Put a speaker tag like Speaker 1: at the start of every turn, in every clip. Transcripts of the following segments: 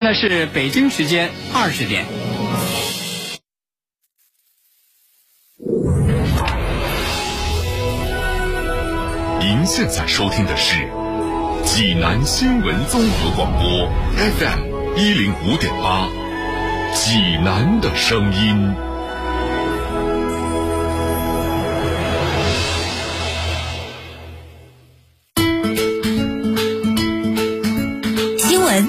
Speaker 1: 那是北京时间二十点。
Speaker 2: 您现在收听的是济南新闻综合广播 FM 一零五点八，济南的声音。
Speaker 3: 新闻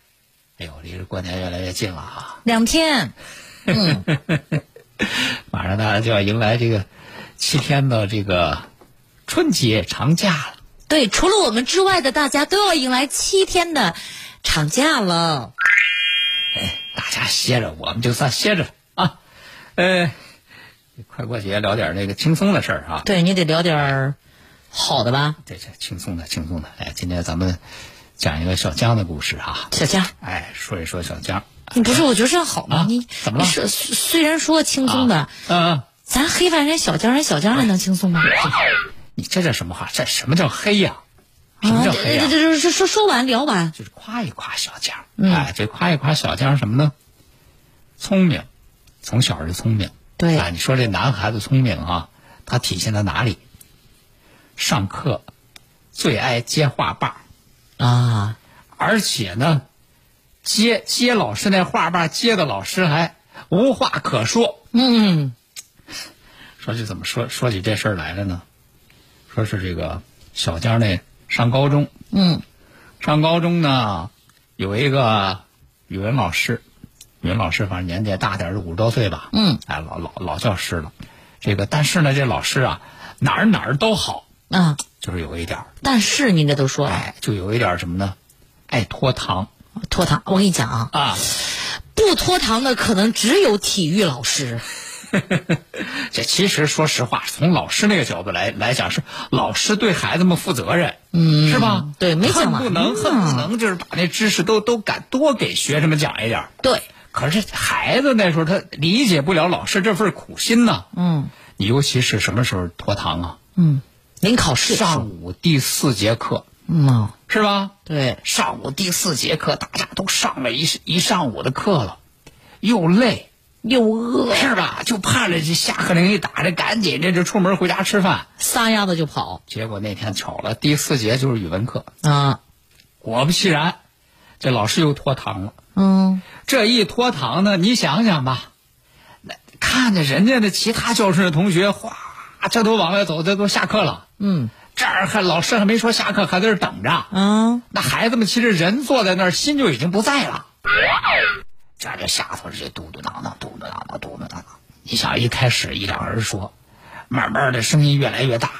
Speaker 1: 哎呦，离着过年越来越近了啊！
Speaker 3: 两天，嗯，
Speaker 1: 马上大家就要迎来这个七天的这个春节长假了。
Speaker 3: 对，除了我们之外的大家都要迎来七天的长假了。
Speaker 1: 大家歇着，我们就算歇着啊。呃，快过节聊点那个轻松的事儿啊。
Speaker 3: 对你得聊点儿好的吧，
Speaker 1: 对，这轻松的，轻松的。哎，今天咱们讲一个小江的故事啊。
Speaker 3: 小江。
Speaker 1: 哎，说一说小江。
Speaker 3: 你不是，我觉得这样好吗？
Speaker 1: 啊
Speaker 3: 你
Speaker 1: 怎么了
Speaker 3: 你说虽虽然说轻松的，
Speaker 1: 嗯、嗯
Speaker 3: 咱黑完人家小江，人家小江还能轻松吗？
Speaker 1: 你这叫什么话？这什么叫黑呀、什
Speaker 3: 啊，
Speaker 1: 么
Speaker 3: 这
Speaker 1: 叫黑呀、
Speaker 3: 这这这说说完聊完，
Speaker 1: 就是夸一夸小江。哎，这夸一夸小江什么呢？聪明，从小就聪明。
Speaker 3: 对
Speaker 1: 啊，你说这男孩子聪明啊，他体现在哪里？上课最爱接画把儿，
Speaker 3: 啊，
Speaker 1: 而且呢，接接老师那画把，接的老师还无话可说。
Speaker 3: 嗯，
Speaker 1: 说起怎么说说起这事儿来了呢？说是这个小江那上高中，
Speaker 3: 嗯，
Speaker 1: 上高中呢有一个语文老师，语文老师反正年纪也大点儿，五十多岁吧，
Speaker 3: 嗯，
Speaker 1: 哎，老老老教师了。这个但是呢，这老师啊哪儿哪儿都好，
Speaker 3: 啊，
Speaker 1: 就是有一点儿，
Speaker 3: 但是你应该都说了，
Speaker 1: 哎，就有一点儿什么呢？爱拖堂
Speaker 3: 拖堂。我跟你讲啊，
Speaker 1: 啊，
Speaker 3: 不拖堂的可能只有体育老师。
Speaker 1: 这其实说实话，从老师那个角度来来讲，是老师对孩子们负责任，嗯，是吧？
Speaker 3: 对没讲
Speaker 1: 恨
Speaker 3: 完
Speaker 1: 不能
Speaker 3: 呢
Speaker 1: 恨不能就是把那知识都都敢多给学生们讲一点儿。
Speaker 3: 对，
Speaker 1: 可是孩子那时候他理解不了老师这份苦心呐、
Speaker 3: 嗯
Speaker 1: 你尤其是什么时候拖堂啊？
Speaker 3: 嗯，临考试的时候
Speaker 1: 上午第四节课
Speaker 3: 嗯、哦
Speaker 1: 是吧？
Speaker 3: 对，
Speaker 1: 上午第四节课，大家都上了一一上午的课了，又累，
Speaker 3: 又饿，
Speaker 1: 是吧？就盼着这下课铃一打，这赶紧这就出门回家吃饭。
Speaker 3: 撒丫子就跑
Speaker 1: 结果那天巧了，第四节就是语文课，
Speaker 3: 啊，
Speaker 1: 果不其然，这老师又拖堂了。
Speaker 3: 嗯，
Speaker 1: 这一拖堂呢，你想想吧，那看着人家的其他教室的同学，哗，这都往外走，这都下课了。
Speaker 3: 嗯，
Speaker 1: 这儿还老师还没说下课，还在这儿等着。
Speaker 3: 啊，
Speaker 1: 那孩子们其实人坐在那儿，心就已经不在了。这儿就下头这嘟嘟囔囔，嘟嘟囔囔，嘟嘟囔囔。你想，一开始一两人说，慢慢的声音越来越大，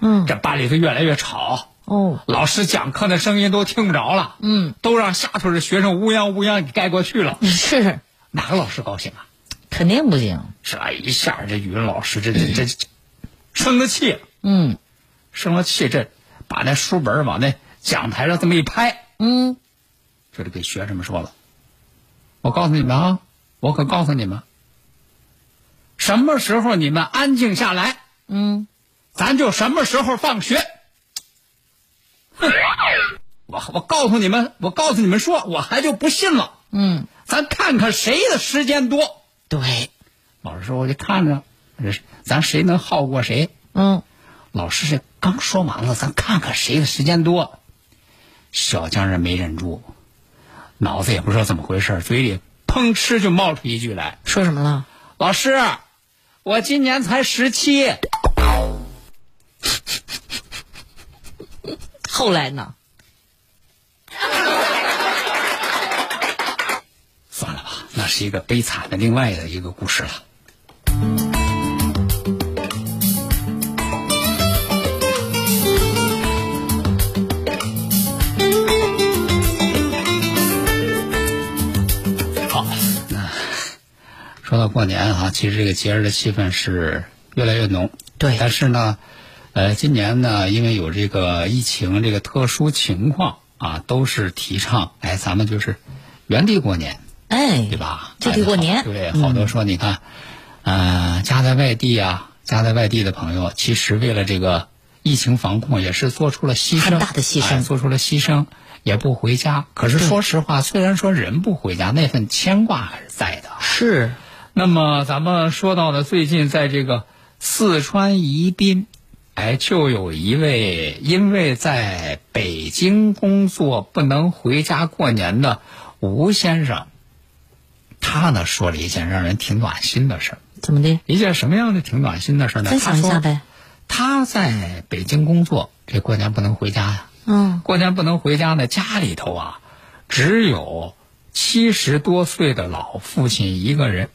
Speaker 3: 嗯，
Speaker 1: 这班里头越来越吵，
Speaker 3: 哦，
Speaker 1: 老师讲课的声音都听不着了，
Speaker 3: 嗯，
Speaker 1: 都让下头的学生乌泱乌泱给盖过去了，
Speaker 3: 是，
Speaker 1: 哪个老师高兴啊？
Speaker 3: 肯定不行，
Speaker 1: 是吧？一下这语文老师这这这这生了气，
Speaker 3: 嗯
Speaker 1: 生了气，这把那书本往那讲台上这么一拍，
Speaker 3: 嗯，
Speaker 1: 这就给学生们说了，我告诉你们啊，我可告诉你们，什么时候你们安静下来，
Speaker 3: 嗯，
Speaker 1: 咱就什么时候放学。 哼，我我告诉你们，我告诉你们说，我还就不信了。
Speaker 3: 嗯，
Speaker 1: 咱看看谁的时间多。
Speaker 3: 对，
Speaker 1: 老师说，我就看着，咱谁能耗过谁。
Speaker 3: 嗯，
Speaker 1: 老师这刚说完了，咱看看谁的时间多。小江人没忍住，脑子也不知道怎么回事，嘴里砰哧就冒出一句来
Speaker 3: 说什么了？：“
Speaker 1: 老师，我今年才十七。”
Speaker 3: 后来呢？
Speaker 1: 算了吧，那是一个悲惨的另外的一个故事了。好，那说到过年啊，其实这个节日的气氛是越来越浓。
Speaker 3: 对
Speaker 1: 但是呢，呃，今年呢，因为有这个疫情这个特殊情况啊，都是提倡，哎，咱们就是原地过年，
Speaker 3: 哎，
Speaker 1: 对吧？
Speaker 3: 就地过年嗯
Speaker 1: 哎好对，好多说你看，呃，家在外地啊，家在外地的朋友，其实为了这个疫情防控，也是做出了牺牲，
Speaker 3: 很大的牺牲
Speaker 1: 哎做出了牺牲，也不回家。可是说实话，虽然说人不回家，那份牵挂还是在的。
Speaker 3: 是，
Speaker 1: 那么咱们说到呢，最近在这个四川宜宾，哎，就有一位因为在北京工作不能回家过年的吴先生，他呢说了一件让人挺暖心的事儿。
Speaker 3: 怎么的？
Speaker 1: 一件什么样的挺暖心的事儿呢？
Speaker 3: 分享一下
Speaker 1: 他说
Speaker 3: 呗。
Speaker 1: 他在北京工作，这过年不能回家呀、
Speaker 3: 嗯，
Speaker 1: 过年不能回家呢，家里头啊，只有七十多岁的老父亲一个人，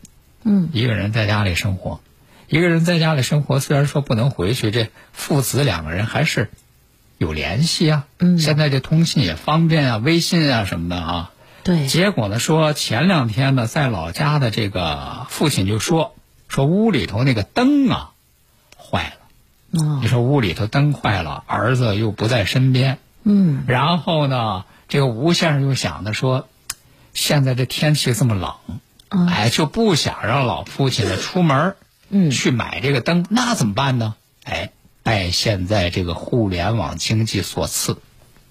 Speaker 3: 嗯，
Speaker 1: 一个人在家里生活，一个人在家里生活，虽然说不能回去，这父子两个人还是有联系啊，嗯，现在这通信也方便啊，微信啊什么的啊，
Speaker 3: 对，
Speaker 1: 结果呢，说前两天呢，在老家的这个父亲就说，说屋里头那个灯啊坏了。
Speaker 3: 嗯
Speaker 1: 你说屋里头灯坏了，儿子又不在身边，
Speaker 3: 嗯，
Speaker 1: 然后呢，这个吴先生又想着说，现在这天气这么冷，
Speaker 3: 嗯
Speaker 1: 哎，就不想让老父亲呢出门儿
Speaker 3: 嗯
Speaker 1: 去买这个灯，那怎么办呢？哎，拜现在这个互联网经济所赐，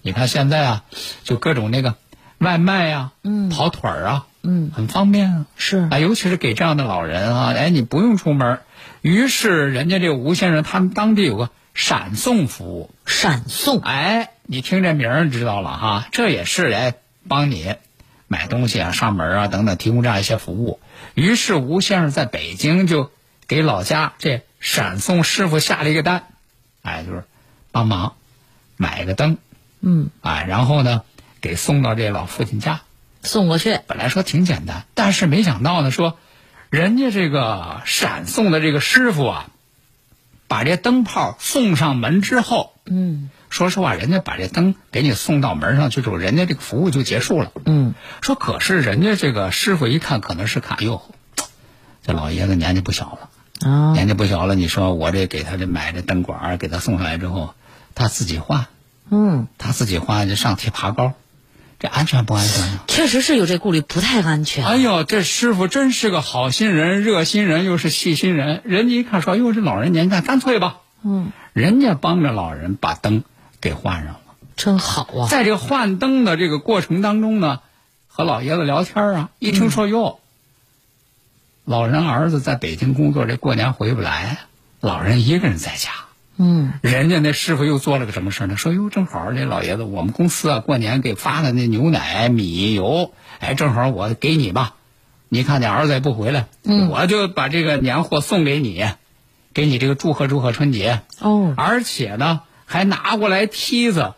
Speaker 1: 你看现在啊，就各种那个外卖呀、嗯，跑腿儿啊，嗯，很方便啊，
Speaker 3: 是
Speaker 1: 啊，尤其是给这样的老人啊，哎，你不用出门儿，于是人家这个吴先生他们当地有个闪送服务，
Speaker 3: 闪送，
Speaker 1: 哎，你听这名儿知道了哈，这也是哎帮你买东西啊、上门啊等等提供这样一些服务。于是吴先生在北京就给老家这闪送师傅下了一个单，哎，就是帮忙买个灯，
Speaker 3: 嗯，
Speaker 1: 哎，然后呢给送到这老父亲家。
Speaker 3: 送过去，
Speaker 1: 本来说挺简单，但是没想到呢，说人家这个闪送的这个师傅啊，把这灯泡送上门之后，
Speaker 3: 嗯
Speaker 1: 说实话，人家把这灯给你送到门上去之后，人家这个服务就结束了。
Speaker 3: 嗯，
Speaker 1: 说可是人家这个师傅一看，可能是看，哟，这老爷子年纪不小了，
Speaker 3: 啊，
Speaker 1: 年纪不小了，你说我这给他这买这灯管儿给他送上来之后，他自己换，
Speaker 3: 嗯，
Speaker 1: 他自己换就上去爬高，这安全不安全啊？
Speaker 3: 确实是有这顾虑，不太安全。
Speaker 1: 哎呦，这师傅真是个好心人、热心人，又是细心人。人家一看说：“哎哟，这老人年纪大，干脆吧。”
Speaker 3: 嗯，
Speaker 1: 人家帮着老人把灯给换上了。
Speaker 3: 真好啊，
Speaker 1: 在这个换灯的这个过程当中呢，和老爷子聊天啊，一听说哟，老人儿子在北京工作，这过年回不来，老人一个人在家。
Speaker 3: 嗯
Speaker 1: 人家那师傅又做了个什么事儿呢？说哟，正好这老爷子，我们公司啊过年给发的那牛奶、米油，哎，正好我给你吧。你看你儿子也不回来，我就把这个年货送给你，给你这个祝贺祝贺春节。
Speaker 3: 哦，
Speaker 1: 而且呢，还拿过来梯子，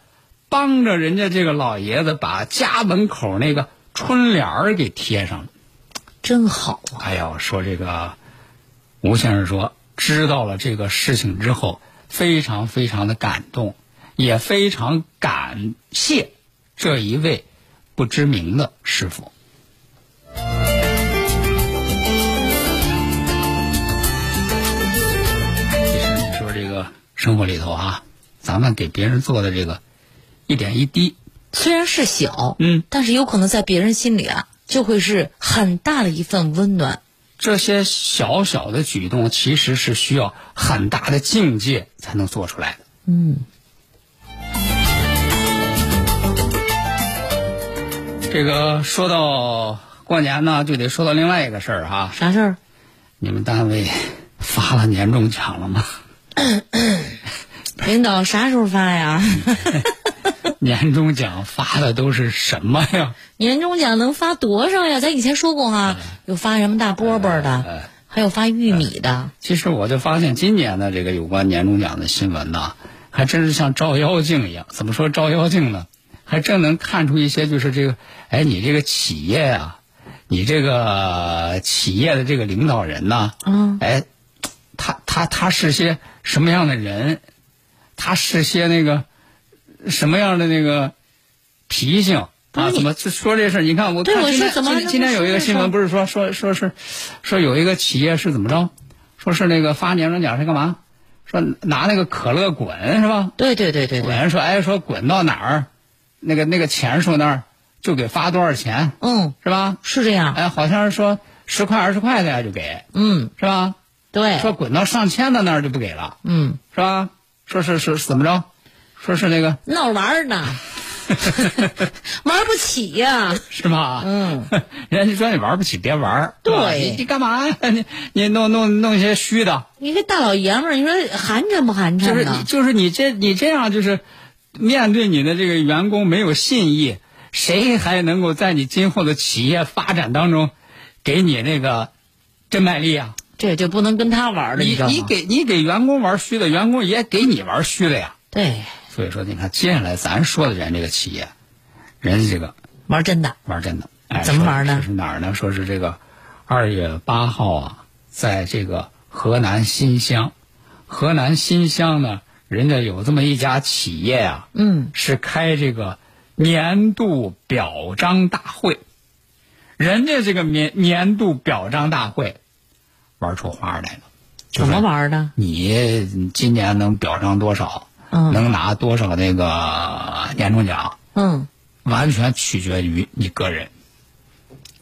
Speaker 1: 帮着人家这个老爷子把家门口那个春联儿给贴上了。
Speaker 3: 真好啊，
Speaker 1: 哎呦，说这个吴先生说，知道了这个事情之后，非常非常的感动，也非常感谢这一位不知名的师傅。其实你说这个生活里头啊，咱们给别人做的这个一点一滴，
Speaker 3: 虽然是小，
Speaker 1: 嗯，
Speaker 3: 但是有可能在别人心里啊，就会是很大的一份温暖。
Speaker 1: 这些小小的举动，其实是需要很大的境界才能做出来的。
Speaker 3: 嗯，
Speaker 1: 这个说到过年呢，就得说到另外一个事儿啊。
Speaker 3: 啥事儿？
Speaker 1: 你们单位发了年终奖了吗？
Speaker 3: 领导啥时候发呀？
Speaker 1: 嗯年终奖发的都是什么呀？
Speaker 3: 年终奖能发多少呀？咱以前说过哈，
Speaker 1: 嗯
Speaker 3: 有发什么大饽饽
Speaker 1: 哎
Speaker 3: 的，还有发玉米的。
Speaker 1: 其实我就发现今年的这个有关年终奖的新闻呐，还真是像照妖镜一样。怎么说照妖镜呢？还真能看出一些，就是这个，哎，你这个企业啊，你这个企业的这个领导人呐、
Speaker 3: 嗯，
Speaker 1: 哎，他他他是些什么样的人？他是些那个什么样的那个脾性？
Speaker 3: 是
Speaker 1: 啊，
Speaker 3: 你
Speaker 1: 怎么这说这事儿？你看，我
Speaker 3: 对
Speaker 1: 看
Speaker 3: 我
Speaker 1: 今
Speaker 3: 说
Speaker 1: 天
Speaker 3: 怎么还
Speaker 1: 今
Speaker 3: 能
Speaker 1: 今天有一个新闻，
Speaker 3: 说
Speaker 1: 不是说说说是说有一个企业是怎么着？说是那个发年终奖是干嘛？说拿那个可乐滚是吧？
Speaker 3: 对对对对对，
Speaker 1: 滚说哎说滚到哪儿，那个那个钱数那儿就给发多少钱
Speaker 3: 嗯，
Speaker 1: 是吧？
Speaker 3: 是这样，
Speaker 1: 哎，好像是说十块二十块的呀就给
Speaker 3: 嗯，
Speaker 1: 是吧？
Speaker 3: 对，
Speaker 1: 说滚到上千的那儿就不给了
Speaker 3: 嗯，
Speaker 1: 是吧？说是是是怎么着？说是那个
Speaker 3: 闹着玩 儿呢， 玩不起呀、
Speaker 1: 是吧？
Speaker 3: 嗯，
Speaker 1: 人家就说你玩不起，别玩儿。
Speaker 3: 对
Speaker 1: 是吧你你干嘛呀？ 你你弄弄弄些虚的，
Speaker 3: 你这大老爷们儿，你说寒碜不寒
Speaker 1: 就
Speaker 3: 碜
Speaker 1: 是你
Speaker 3: 呢？
Speaker 1: 就是你这你这样就是面对你的这个员工没有信义，谁还能够在你今后的企业发展当中给你那个真卖力啊？
Speaker 3: 这就不能跟他玩儿了，
Speaker 1: 你
Speaker 3: 知道吗？
Speaker 1: 你给你给员工玩虚的，员工也给你玩虚的呀。
Speaker 3: 对，
Speaker 1: 所以说，你看接下来咱说的人这个企业，人家这个
Speaker 3: 玩真的，
Speaker 1: 玩真的。哎，
Speaker 3: 怎么玩呢
Speaker 1: 说是哪儿呢？说是这个二月八号啊，在这个河南新乡，河南新乡呢，人家有这么一家企业啊，
Speaker 3: 嗯，
Speaker 1: 是开这个年度表彰大会，人家这个年年度表彰大会玩出花来了。
Speaker 3: 怎么玩儿的？
Speaker 1: 你今年能表彰多少？
Speaker 3: 嗯
Speaker 1: 能拿多少那个年终奖？
Speaker 3: 嗯，
Speaker 1: 完全取决于你个人。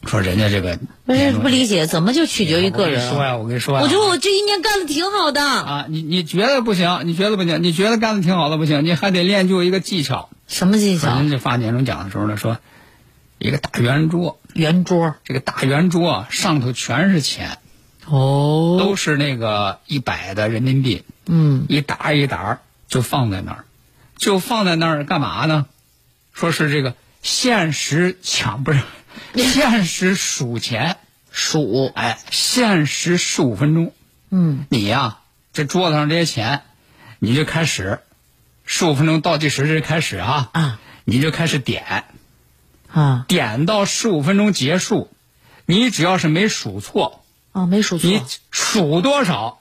Speaker 1: 说人家这个
Speaker 3: 不是
Speaker 1: 年终
Speaker 3: 不理解，怎么就取决于个人
Speaker 1: 我跟你说
Speaker 3: 啊？
Speaker 1: 呀，我跟你说呀，
Speaker 3: 我觉得我这一年干的挺好的，
Speaker 1: 啊，你你觉得不行，你觉得不行，你觉得干的挺好的不行，你还得练就一个技巧。
Speaker 3: 什么技巧？
Speaker 1: 人家发年终奖的时候呢，说一个大圆桌，
Speaker 3: 圆桌
Speaker 1: 这个大圆桌啊上头全是钱，
Speaker 3: 哦，
Speaker 1: 都是那个一百的人民币，
Speaker 3: 嗯，
Speaker 1: 一沓儿一沓儿就放在那儿，就放在那儿干嘛呢？说是这个限时抢 不是，限时数钱，
Speaker 3: 数，
Speaker 1: 哎，限时十五分钟。
Speaker 3: 嗯，
Speaker 1: 你呀、这桌子上这些钱，你就开始，十五分钟倒计时这开始啊，
Speaker 3: 啊
Speaker 1: 你就开始点，
Speaker 3: 啊
Speaker 1: 点到十五分钟结束，你只要是没数错，
Speaker 3: 啊，没数错
Speaker 1: 你，数多少，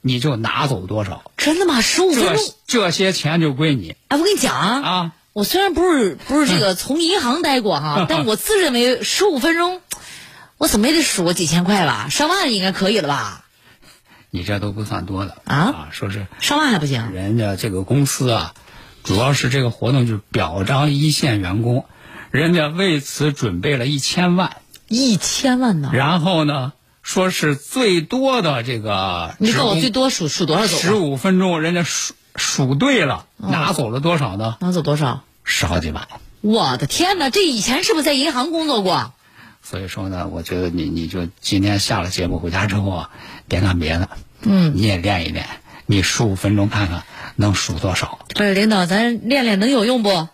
Speaker 1: 你就拿走多少。
Speaker 3: 真的吗？十五分
Speaker 1: 这
Speaker 3: 钟？
Speaker 1: 这些钱就归你
Speaker 3: 哎，我跟你讲
Speaker 1: 啊！
Speaker 3: 我虽然不是不是这 个从银行待过哈，但我自认为十五分钟，我怎么也得数个几千块吧，上万应该可以了吧？
Speaker 1: 你这都不算多的
Speaker 3: 啊
Speaker 1: 说是
Speaker 3: 上万还不行？
Speaker 1: 人家这个公司啊，主要是这个活动就是表彰一线员工，人家为此准备了一千万，
Speaker 3: 一千万呢？
Speaker 1: 然后呢，说是最多的这个
Speaker 3: 你告诉我最
Speaker 1: 职
Speaker 3: 多数数多少
Speaker 1: 工，
Speaker 3: 走吧？啊嗯
Speaker 1: 十五分钟，人家数数对了，拿走了多少呢？
Speaker 3: 能走多少？
Speaker 1: 十好几万。
Speaker 3: 我的天哪！这以前是不是在银行工作过？
Speaker 1: 所以说呢，我觉得你你就今天下了节目回家之后啊，别干别的，
Speaker 3: 嗯，
Speaker 1: 你也练一练，你十五分钟看看能数多少。
Speaker 3: 不是领导，咱练练能有用不？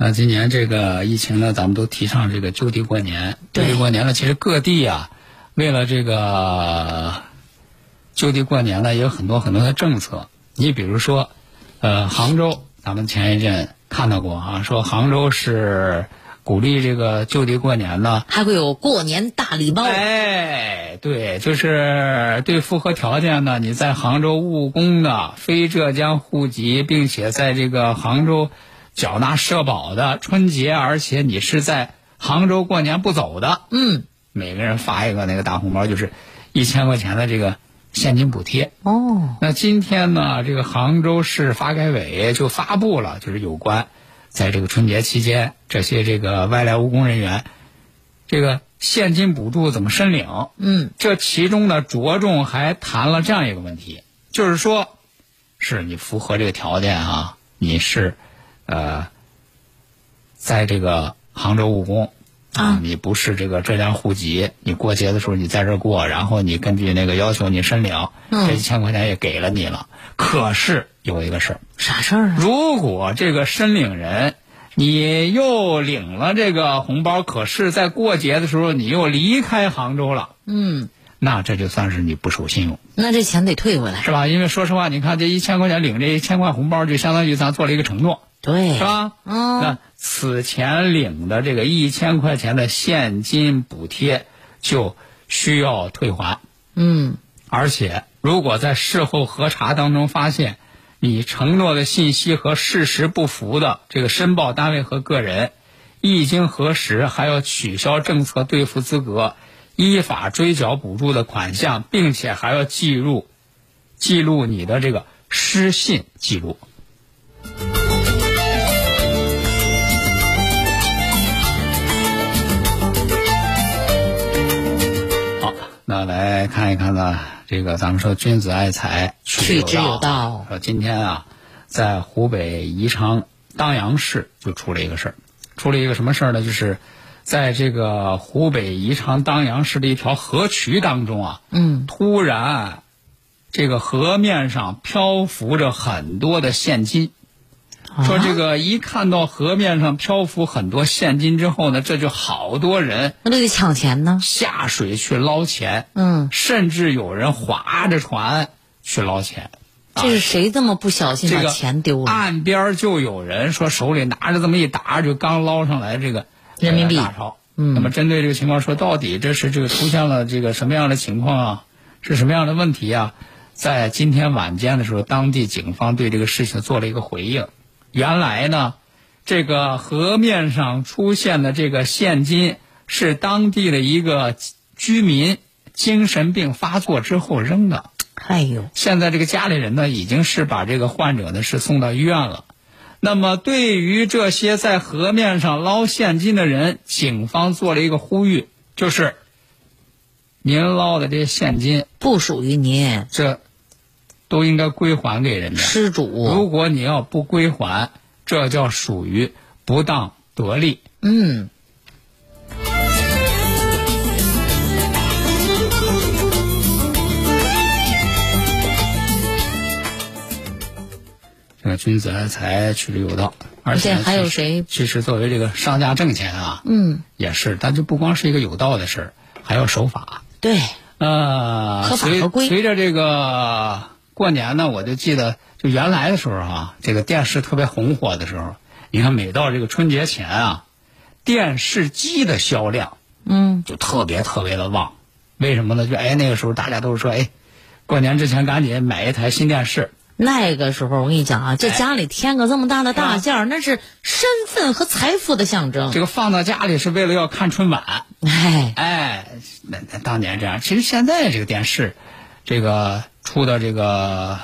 Speaker 1: 那今年这个疫情呢，咱们都提倡这个就地过年。就
Speaker 3: 对
Speaker 1: 地过年呢，其实各地啊，为了这个就地过年呢，也有很多很多的政策。你比如说，呃，杭州，咱们前一阵看到过啊，说杭州是鼓励这个就地过年呢。
Speaker 3: 还会有过年大礼包，
Speaker 1: 哎，对，就是对符合条件的，你在杭州务工的，非浙江户籍，并且在这个杭州缴纳社保的，春节而且你是在杭州过年不走的，
Speaker 3: 嗯，
Speaker 1: 每个人发一个那个大红包，就是一千块钱的这个现金补贴。
Speaker 3: 哦，
Speaker 1: 那今天呢，这个杭州市发改委就发布了，就是有关在这个春节期间这些这个外来务工人员，这个现金补助怎么申领？
Speaker 3: 嗯，
Speaker 1: 这其中呢，着重还谈了这样一个问题，就是说，是你符合这个条件啊，你是，呃，在这个杭州务工
Speaker 3: 啊
Speaker 1: 你不是这个浙江户籍，你过节的时候你在这儿过，然后你根据那个要求你申领，
Speaker 3: 嗯
Speaker 1: 这一千块钱也给了你了。可是有一个事儿，
Speaker 3: 啥事儿啊？
Speaker 1: 如果这个申领人，你又领了这个红包，可是在过节的时候你又离开杭州了。
Speaker 3: 嗯，
Speaker 1: 那这就算是你不守信用，
Speaker 3: 那这钱得退回来。
Speaker 1: 是吧？因为说实话，你看这一千块钱领这一千块红包，就相当于咱做了一个承诺，
Speaker 3: 对
Speaker 1: 是，吧？
Speaker 3: 嗯，
Speaker 1: 那此前领的这个一千块钱的现金补贴就需要退还，
Speaker 3: 嗯，
Speaker 1: 而且如果在事后核查当中发现你承诺的信息和事实不符的，这个申报单位和个人一经核实，还要取消政策兑付资格，依法追缴补助的款项，并且还要记入记录你的这个失信记录。好，那来看一看呢，这个咱们说君子爱财，
Speaker 3: 取之有道
Speaker 1: 呃，今天啊，在湖北宜昌当阳市就出了一个事儿，出了一个什么事儿呢？就是在这个湖北宜昌当阳市的一条河渠当中啊，
Speaker 3: 嗯，
Speaker 1: 突然这个河面上漂浮着很多的现金。
Speaker 3: 啊
Speaker 1: 说这个一看到河面上漂浮很多现金之后呢，这就好多人
Speaker 3: 那就得抢钱呢。
Speaker 1: 下水去捞钱，
Speaker 3: 嗯，
Speaker 1: 甚至有人划着船去捞钱。
Speaker 3: 这是谁这么不小心
Speaker 1: 啊这
Speaker 3: 把
Speaker 1: 个啊
Speaker 3: 钱丢了？
Speaker 1: 岸边就有人说手里拿着这么一沓，就刚捞上来这个
Speaker 3: 人民币
Speaker 1: 呃大钞。嗯，那么针对这个情况说，到底这是这个出现了这个什么样的情况啊？是什么样的问题啊？在今天晚间的时候，当地警方对这个事情做了一个回应。原来呢，这个河面上出现的这个现金是当地的一个居民精神病发作之后扔的。
Speaker 3: 哎呦，
Speaker 1: 现在这个家里人呢，已经是把这个患者呢是送到医院了。那么，对于这些在河面上捞现金的人，警方做了一个呼吁，就是您捞的这些现金，
Speaker 3: 不属于您，
Speaker 1: 这都应该归还给人家。
Speaker 3: 失
Speaker 1: 如
Speaker 3: 主。
Speaker 1: 果你要不归还，这叫属于不当得利。
Speaker 3: 嗯，
Speaker 1: 这个君子爱财，取之有道。而且
Speaker 3: 而且还有
Speaker 1: 其实
Speaker 3: 谁
Speaker 1: 其实作为这个商家挣钱啊，
Speaker 3: 嗯，
Speaker 1: 也是，但这不光是一个有道的事儿，还要守法。
Speaker 3: 对，
Speaker 1: 呃，
Speaker 3: 合法
Speaker 1: 随
Speaker 3: 合规
Speaker 1: 随着这个过年呢，我就记得，就原来的时候啊，这个电视特别红火的时候，你看每到这个春节前啊，电视机的销量
Speaker 3: 嗯，
Speaker 1: 就特别特别的旺。为什么呢？就哎那个时候大家都是说，哎，过年之前赶紧买一台新电视。
Speaker 3: 那个时候我跟你讲啊，
Speaker 1: 哎
Speaker 3: 这家里添个这么大的大件儿，那是身份和财富的象征
Speaker 1: 啊这。个放到家里是为了要看春晚。
Speaker 3: 哎，
Speaker 1: 哎，那那当年这样，其实现在这个电视，这个出的这个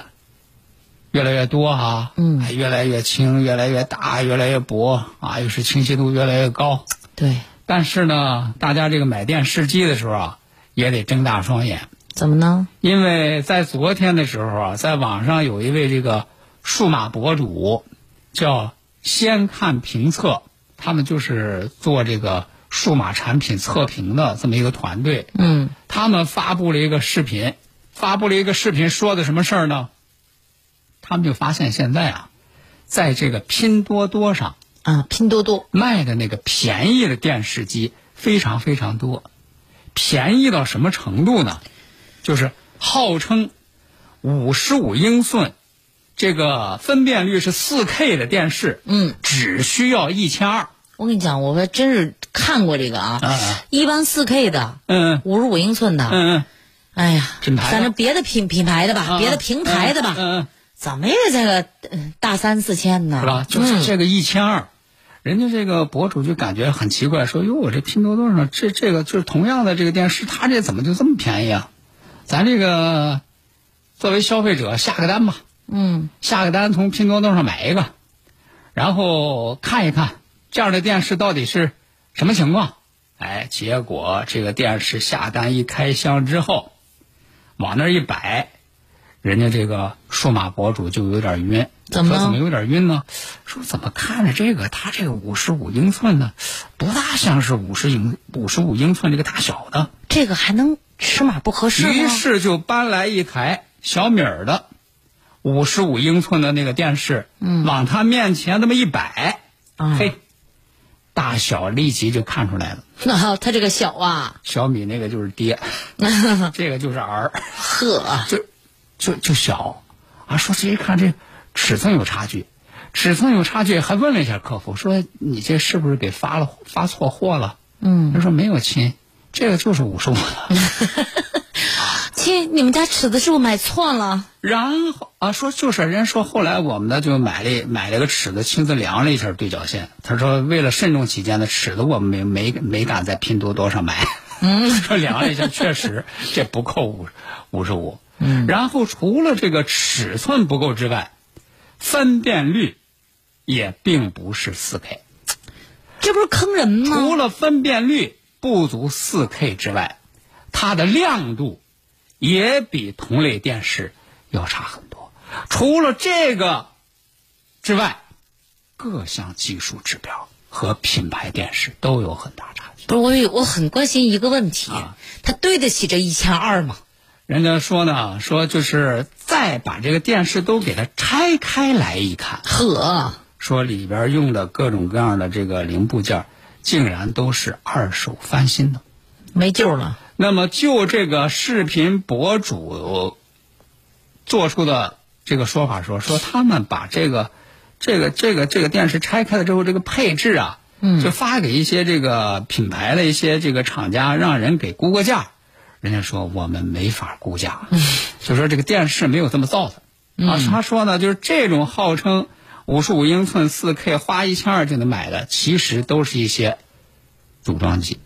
Speaker 1: 越来越多哈、
Speaker 3: 嗯
Speaker 1: 还越来越轻，越来越大，越来越薄啊，又是清晰度越来越高。
Speaker 3: 对，
Speaker 1: 但是呢，大家这个买电视机的时候啊，也得睁大双眼，
Speaker 3: 怎么呢？
Speaker 1: 因为在昨天的时候啊，在网上有一位这个数码博主叫先看评测，他们就是做这个数码产品测评的这么一个团队，
Speaker 3: 嗯，
Speaker 1: 他们发布了一个视频，发布了一个视频说的什么事儿呢？他们就发现现在啊，在这个拼多多上
Speaker 3: 啊，拼多多，
Speaker 1: 卖的那个便宜的电视机非常非常多，便宜到什么程度呢？就是号称五十五英寸，这个分辨率是四 K 的电视，
Speaker 3: 嗯，
Speaker 1: 只需要一千二，
Speaker 3: 我跟你讲，我还真是看过这个啊，
Speaker 1: 啊
Speaker 3: 一般四 K 的，
Speaker 1: 嗯
Speaker 3: 五十五英寸的，
Speaker 1: 嗯嗯，
Speaker 3: 哎呀，
Speaker 1: 品牌的
Speaker 3: 反正别的品品牌的吧，
Speaker 1: 啊
Speaker 3: 别的平台的吧，
Speaker 1: 嗯嗯嗯
Speaker 3: 怎么也得在个呃大三四千呢，
Speaker 1: 是吧？就是
Speaker 3: 嗯
Speaker 1: 这个一千二，人家这个博主就感觉很奇怪，说：“哟，我这拼多多上这这个就是同样的这个电视，它这怎么就这么便宜啊？咱这个作为消费者下个单吧，
Speaker 3: 嗯，
Speaker 1: 下个单从拼多多上买一个，然后看一看这样的电视到底是什么情况。”哎，结果这个电视下单一开箱之后，往那儿一摆，人家这个数码博主就有点晕，
Speaker 3: 怎么了
Speaker 1: 说怎么有点晕呢？说怎么看着这个，它这个五十五英寸的，不大像是五十英五十五英寸这个大小的。
Speaker 3: 这个还能尺码不合适
Speaker 1: 于
Speaker 3: 吗？
Speaker 1: 是就搬来一台小米儿的五十五英寸的那个电视，嗯，往他面前这么一摆，
Speaker 3: 啊，
Speaker 1: 嘿，大小立即就看出来了。
Speaker 3: 那它这个小啊，
Speaker 1: 小米那个就是 爹，这个就是儿。
Speaker 3: 呵，啊
Speaker 1: 就就就小啊，说这一看这尺寸有差距，尺寸有差距，还问了一下客服，说你这是不是给发了发错货了？嗯，他说没有亲，这个就是五十五的。
Speaker 3: 亲，你们家尺子是不是买错了？
Speaker 1: 然后啊，说就是，人家说后来我们呢就买了买了个尺子，亲自量了一下对角线。他说为了慎重起见呢，尺子我们没没没敢在拼多多上买。嗯，说 量了一下，确实 这不够五五十五。嗯，然后除了这个尺寸不够之外，分辨率也并不是四 K。
Speaker 3: 这不是坑人吗？
Speaker 1: 除了分辨率不足 4K 之外，它的亮度也比同类电视要差很多。除了这个之外，各项技术指标和品牌电视都有很大差距。
Speaker 3: 不是我有，我很关心一个问题，
Speaker 1: 啊
Speaker 3: 它对得起这一千二吗？
Speaker 1: 人家说呢，说就是再把这个电视都给它拆开来一看，
Speaker 3: 呵，
Speaker 1: 说里边用的各种各样的这个零部件，竟然都是二手翻新的。
Speaker 3: 没救了。
Speaker 1: 那么就这个视频博主做出的这个说法说，说他们把这个这个这个这个电视拆开了之后，这个配置啊，嗯，就发给一些这个品牌的一些这个厂家，让人给估个价。人家说我们没法估价，就说这个电视没有这么造的。啊，他说呢，就是这种号称五十五英寸四 K 花一千二就能买的，其实都是一些组装机。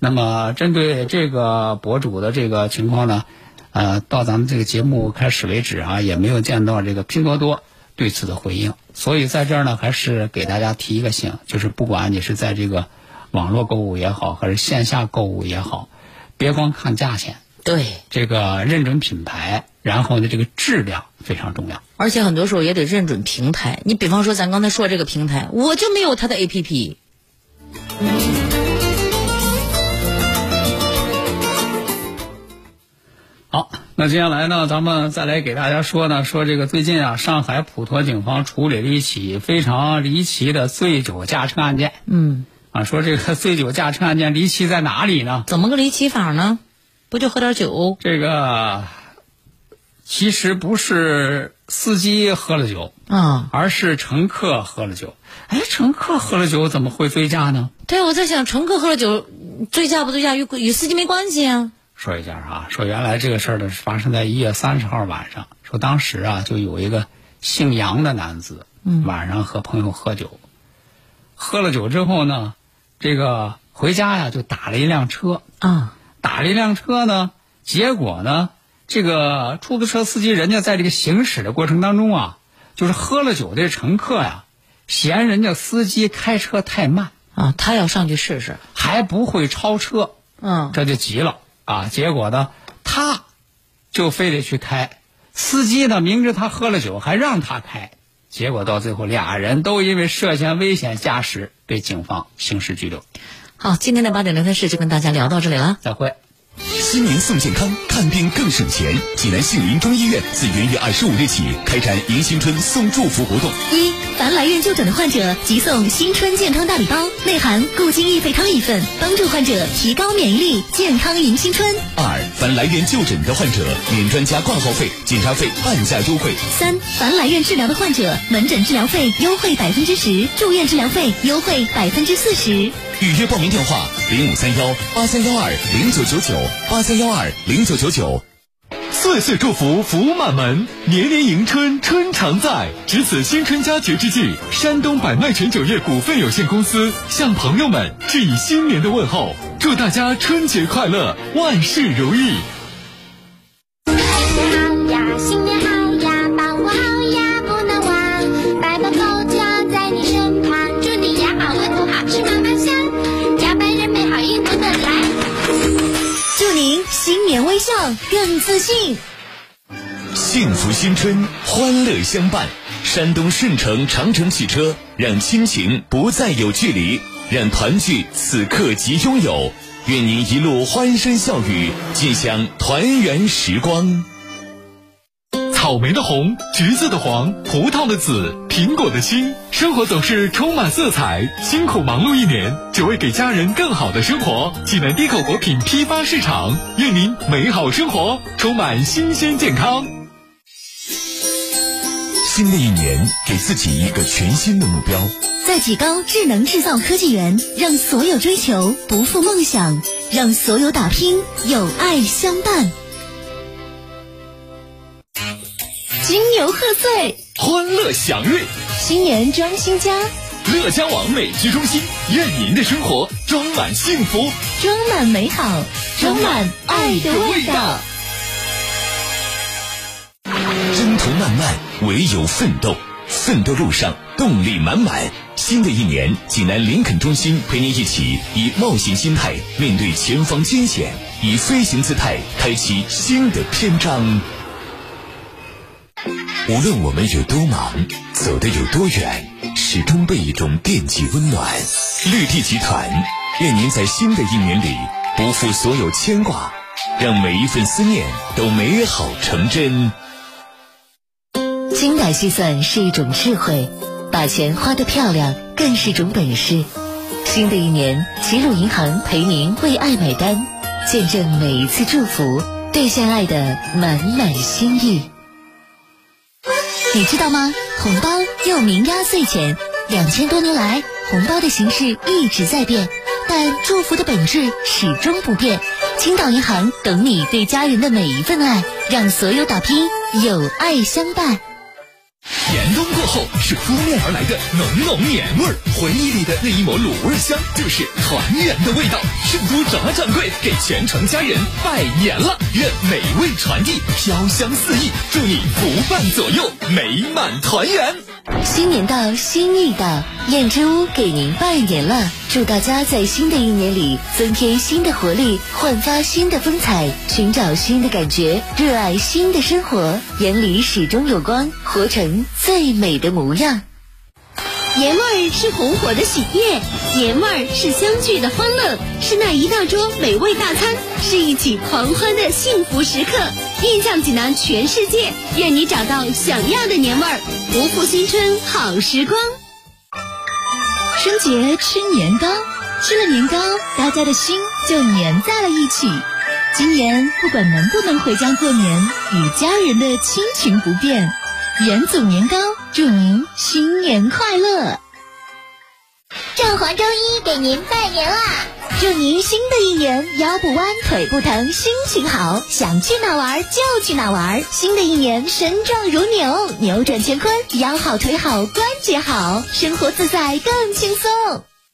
Speaker 1: 那么，针对这个博主的这个情况呢，呃，到咱们这个节目开始为止啊，也没有见到这个拼多多对此的回应。所以在这儿呢，还是给大家提一个醒，就是不管你是在这个网络购物也好，还是线下购物也好，别光看价钱，
Speaker 3: 对，
Speaker 1: 这个认准品牌，然后呢，这个质量非常重要。
Speaker 3: 而且很多时候也得认准平台。你比方说咱刚才说这个平台，我就没有它的 APP。
Speaker 1: 好，那接下来呢，咱们再来给大家说呢，说这个最近啊，上海普陀警方处理了一起非常离奇的醉酒驾车案件。
Speaker 3: 嗯，
Speaker 1: 啊，说这个醉酒驾车案件离奇在哪里呢？
Speaker 3: 怎么个离奇法呢？不就喝点酒？
Speaker 1: 这个其实不是司机喝了酒，
Speaker 3: 啊、
Speaker 1: 而是乘客喝了酒。哎，乘客喝了酒怎么会醉驾呢？
Speaker 3: 对，我在想，乘客喝了酒，醉驾不醉驾与与司机没关系啊。
Speaker 1: 说一下啊，说原来这个事儿呢是发生在一月三十号晚上，说当时啊就有一个姓杨的男子，晚上和朋友喝酒，喝了酒之后呢，这个回家呀就打了一辆车，
Speaker 3: 啊，
Speaker 1: 打了一辆车呢，结果呢，这个出租车司机人家在这个行驶的过程当中啊，就是喝了酒的乘客呀，嫌人家司机开车太慢，
Speaker 3: 啊，他要上去试试。
Speaker 1: 还不会超车，
Speaker 3: 嗯，
Speaker 1: 这就急了啊！结果呢，他就非得去开，司机呢明知他喝了酒还让他开，结果到最后俩人都因为涉嫌危险驾驶被警方刑事拘留。
Speaker 3: 好，今天的八点聊天室就跟大家聊到这里了。
Speaker 1: 再会。
Speaker 2: 新年送健康，看病更省钱。济南杏林中医院自元月二十五日起开展迎新春送祝福活动，
Speaker 4: 一，凡来院就诊的患者即送新春健康大礼包，内含固精益肺汤一份，帮助患者提高免疫力，健康迎新春。
Speaker 2: 二，凡来院就诊的患者免专家挂号费、检查费半价优惠。
Speaker 4: 三，凡来院治疗的患者，门诊治疗费优惠百分之十，住院治疗费优惠百分之四十。
Speaker 2: 预约报名电话：零五三幺八三幺二零九九九八三幺二零九九九。
Speaker 5: 岁岁祝福福满门，年年迎春春常在。值此新春佳节之际，山东百脉陈酒业股份有限公司向朋友们致以新年的问候，祝大家春节快乐，万事如意。
Speaker 6: 好呀，新年好呀，把握好呀，不能忘。白包狗就在你身旁，祝你牙好温补，好吃慢慢香，牙白人美好运不等来。
Speaker 4: 祝您新年微笑，更自信。
Speaker 2: 幸福新春，欢乐相伴。山东顺城长城汽车，让亲情不再有距离，让团聚此刻即拥有。愿您一路欢声笑语，尽享团圆时光。
Speaker 5: 草莓的红，橘子的黄，葡萄的紫，苹果的青，生活总是充满色彩。辛苦忙碌一年，只为给家人更好的生活。济南低口果品批发市场，愿您美好生活充满新鲜健康。
Speaker 2: 新的一年，给自己一个全新的目标。
Speaker 4: 在济高智能制造科技园，让所有追求不负梦想，让所有打拼有爱相伴。金牛贺岁，
Speaker 2: 欢乐祥瑞，
Speaker 4: 新年装新家，
Speaker 2: 乐家网美居中心，愿您的生活装满幸福。
Speaker 4: 装满美好，装满爱的味道。
Speaker 2: 征途漫漫，唯有奋斗。奋斗路上动力满满。新的一年，济南林肯中心陪您一起以冒险心态面对前方艰险，以飞行姿态开启新的篇章。无论我们有多忙，走得有多远，始终被一种电气温暖。绿地集团，愿您在新的一年里不负所有牵挂，让每一份思念都美好成真。
Speaker 4: 精打细算是一种智慧，把钱花得漂亮更是种本事。新的一年，齐鲁银行陪您为爱买单，见证每一次祝福，兑现爱的满满心意。你知道吗？红包又名压岁钱，两千多年来，红包的形式一直在变，但祝福的本质始终不变。青岛银行懂你对家人的每一份爱，让所有打拼有爱相伴。
Speaker 2: 严冬过后是扑面而来的浓浓年味儿，回忆里的那一抹卤味香，就是团圆的味道。成都炸掌柜给全城家人拜年了，愿美味传递，飘香四溢，祝你不伴左右，美满团圆。
Speaker 4: 新年到，新意到，燕之屋给您拜年了！祝大家在新的一年里增添新的活力，焕发新的风采，寻找新的感觉，热爱新的生活，眼里始终有光，活成最美的模样。
Speaker 6: 年味儿是红火的喜悦，年味儿是相聚的欢乐，是那一大桌美味大餐，是一起狂欢的幸福时刻。印象济南，全世界，愿你找到想要的年味儿，不负新春好时光。
Speaker 4: 春节吃年糕，吃了年糕，大家的心就粘在了一起。今年不管能不能回家过年，与家人的亲情不变。元祖年糕，祝您新年快乐！
Speaker 6: 正黄周一给您拜年啦！
Speaker 4: 祝您新的一年腰不弯腿不疼，心情好，想去哪玩就去哪玩。新的一年身壮如牛，扭转乾坤，腰好腿好关节好，生活自在更轻松。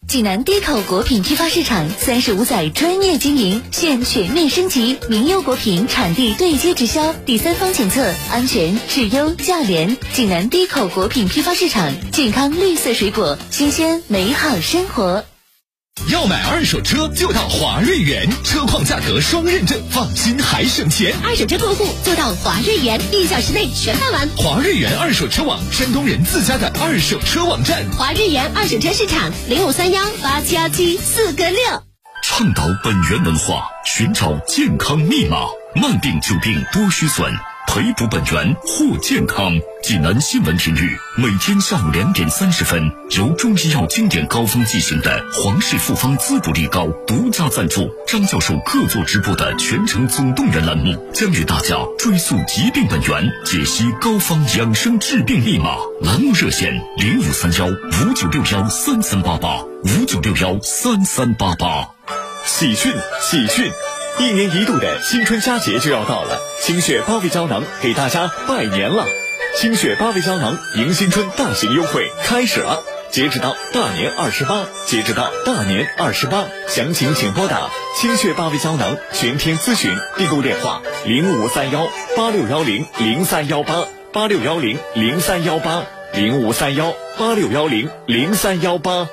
Speaker 4: 济南第一口果品批发市场三十五载专业经营，现全面升级，名优果品产地对接直销，第三方检测，安全、质优、价廉。济南第一口果品批发市场，健康绿色水果，新鲜美好生活。
Speaker 2: 要买二手车就到华瑞源，车况价格双认证，放心还省钱。
Speaker 6: 二手车过户就到华瑞源，一小时内全办完。
Speaker 2: 华瑞源二手车网，山东人自家的二手车网站。
Speaker 6: 华瑞源二手车市场零五三幺八七幺七四个六。
Speaker 2: 倡导本源文化，寻找健康密码。慢病久病多虚损，培补本源护健康。济南新闻频率每天下午两点三十分，由中医药经典膏方进行的皇氏复方滋补力膏独家赞助，张教授客座直播的全程总动员栏目，将与大家追溯疾病本源，解析膏方养生治病密码。栏目热线零五三幺五九六幺三三八八五九六幺三三八八。
Speaker 7: 喜讯，喜讯！一年一度的新春佳节就要到了，清血八味胶囊给大家拜年了！清血八味胶囊迎新春大型优惠开始了，截止到大年二十八，截止到大年二十八，详情请拨打清血八味胶囊全天咨询订购电话零五三幺八六幺零零三幺八八六幺零零三幺八零五三幺八六幺零零三幺八。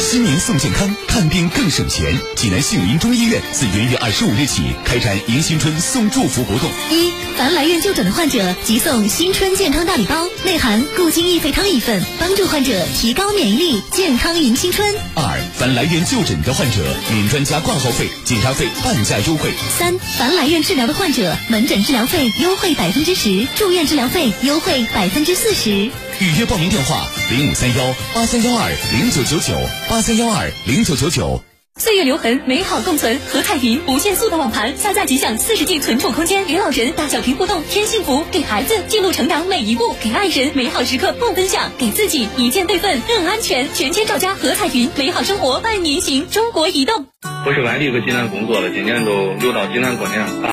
Speaker 2: 新年送健康，看病更省钱。济南杏林中医院自元月二十五日起开展迎新春送祝福活动，
Speaker 4: 一，凡来院就诊的患者即送新春健康大礼包，内含固精益肺汤一份，帮助患者提高免疫力，健康迎新春。
Speaker 2: 二，凡来院就诊的患者免专家挂号费、检查费半价优惠。
Speaker 4: 三，凡来院治疗的患者，门诊治疗费优惠百分之十，住院治疗费优惠百分之四十。
Speaker 2: 预约报名电话：零五三幺八三幺二零九九九八三幺二零九九九。
Speaker 4: 岁月留痕，美好共存。和太平无限速的网盘，下载即享四十 G 存储空间，给老人大小屏互动添幸福，给孩子记录成长每一步，给爱人美好时刻不分享，给自己一键备份更安全。全天照家和彩云，美好生活伴您行。中国移动。
Speaker 8: 不是外地搁济南工作的，今年都留到济南过年了。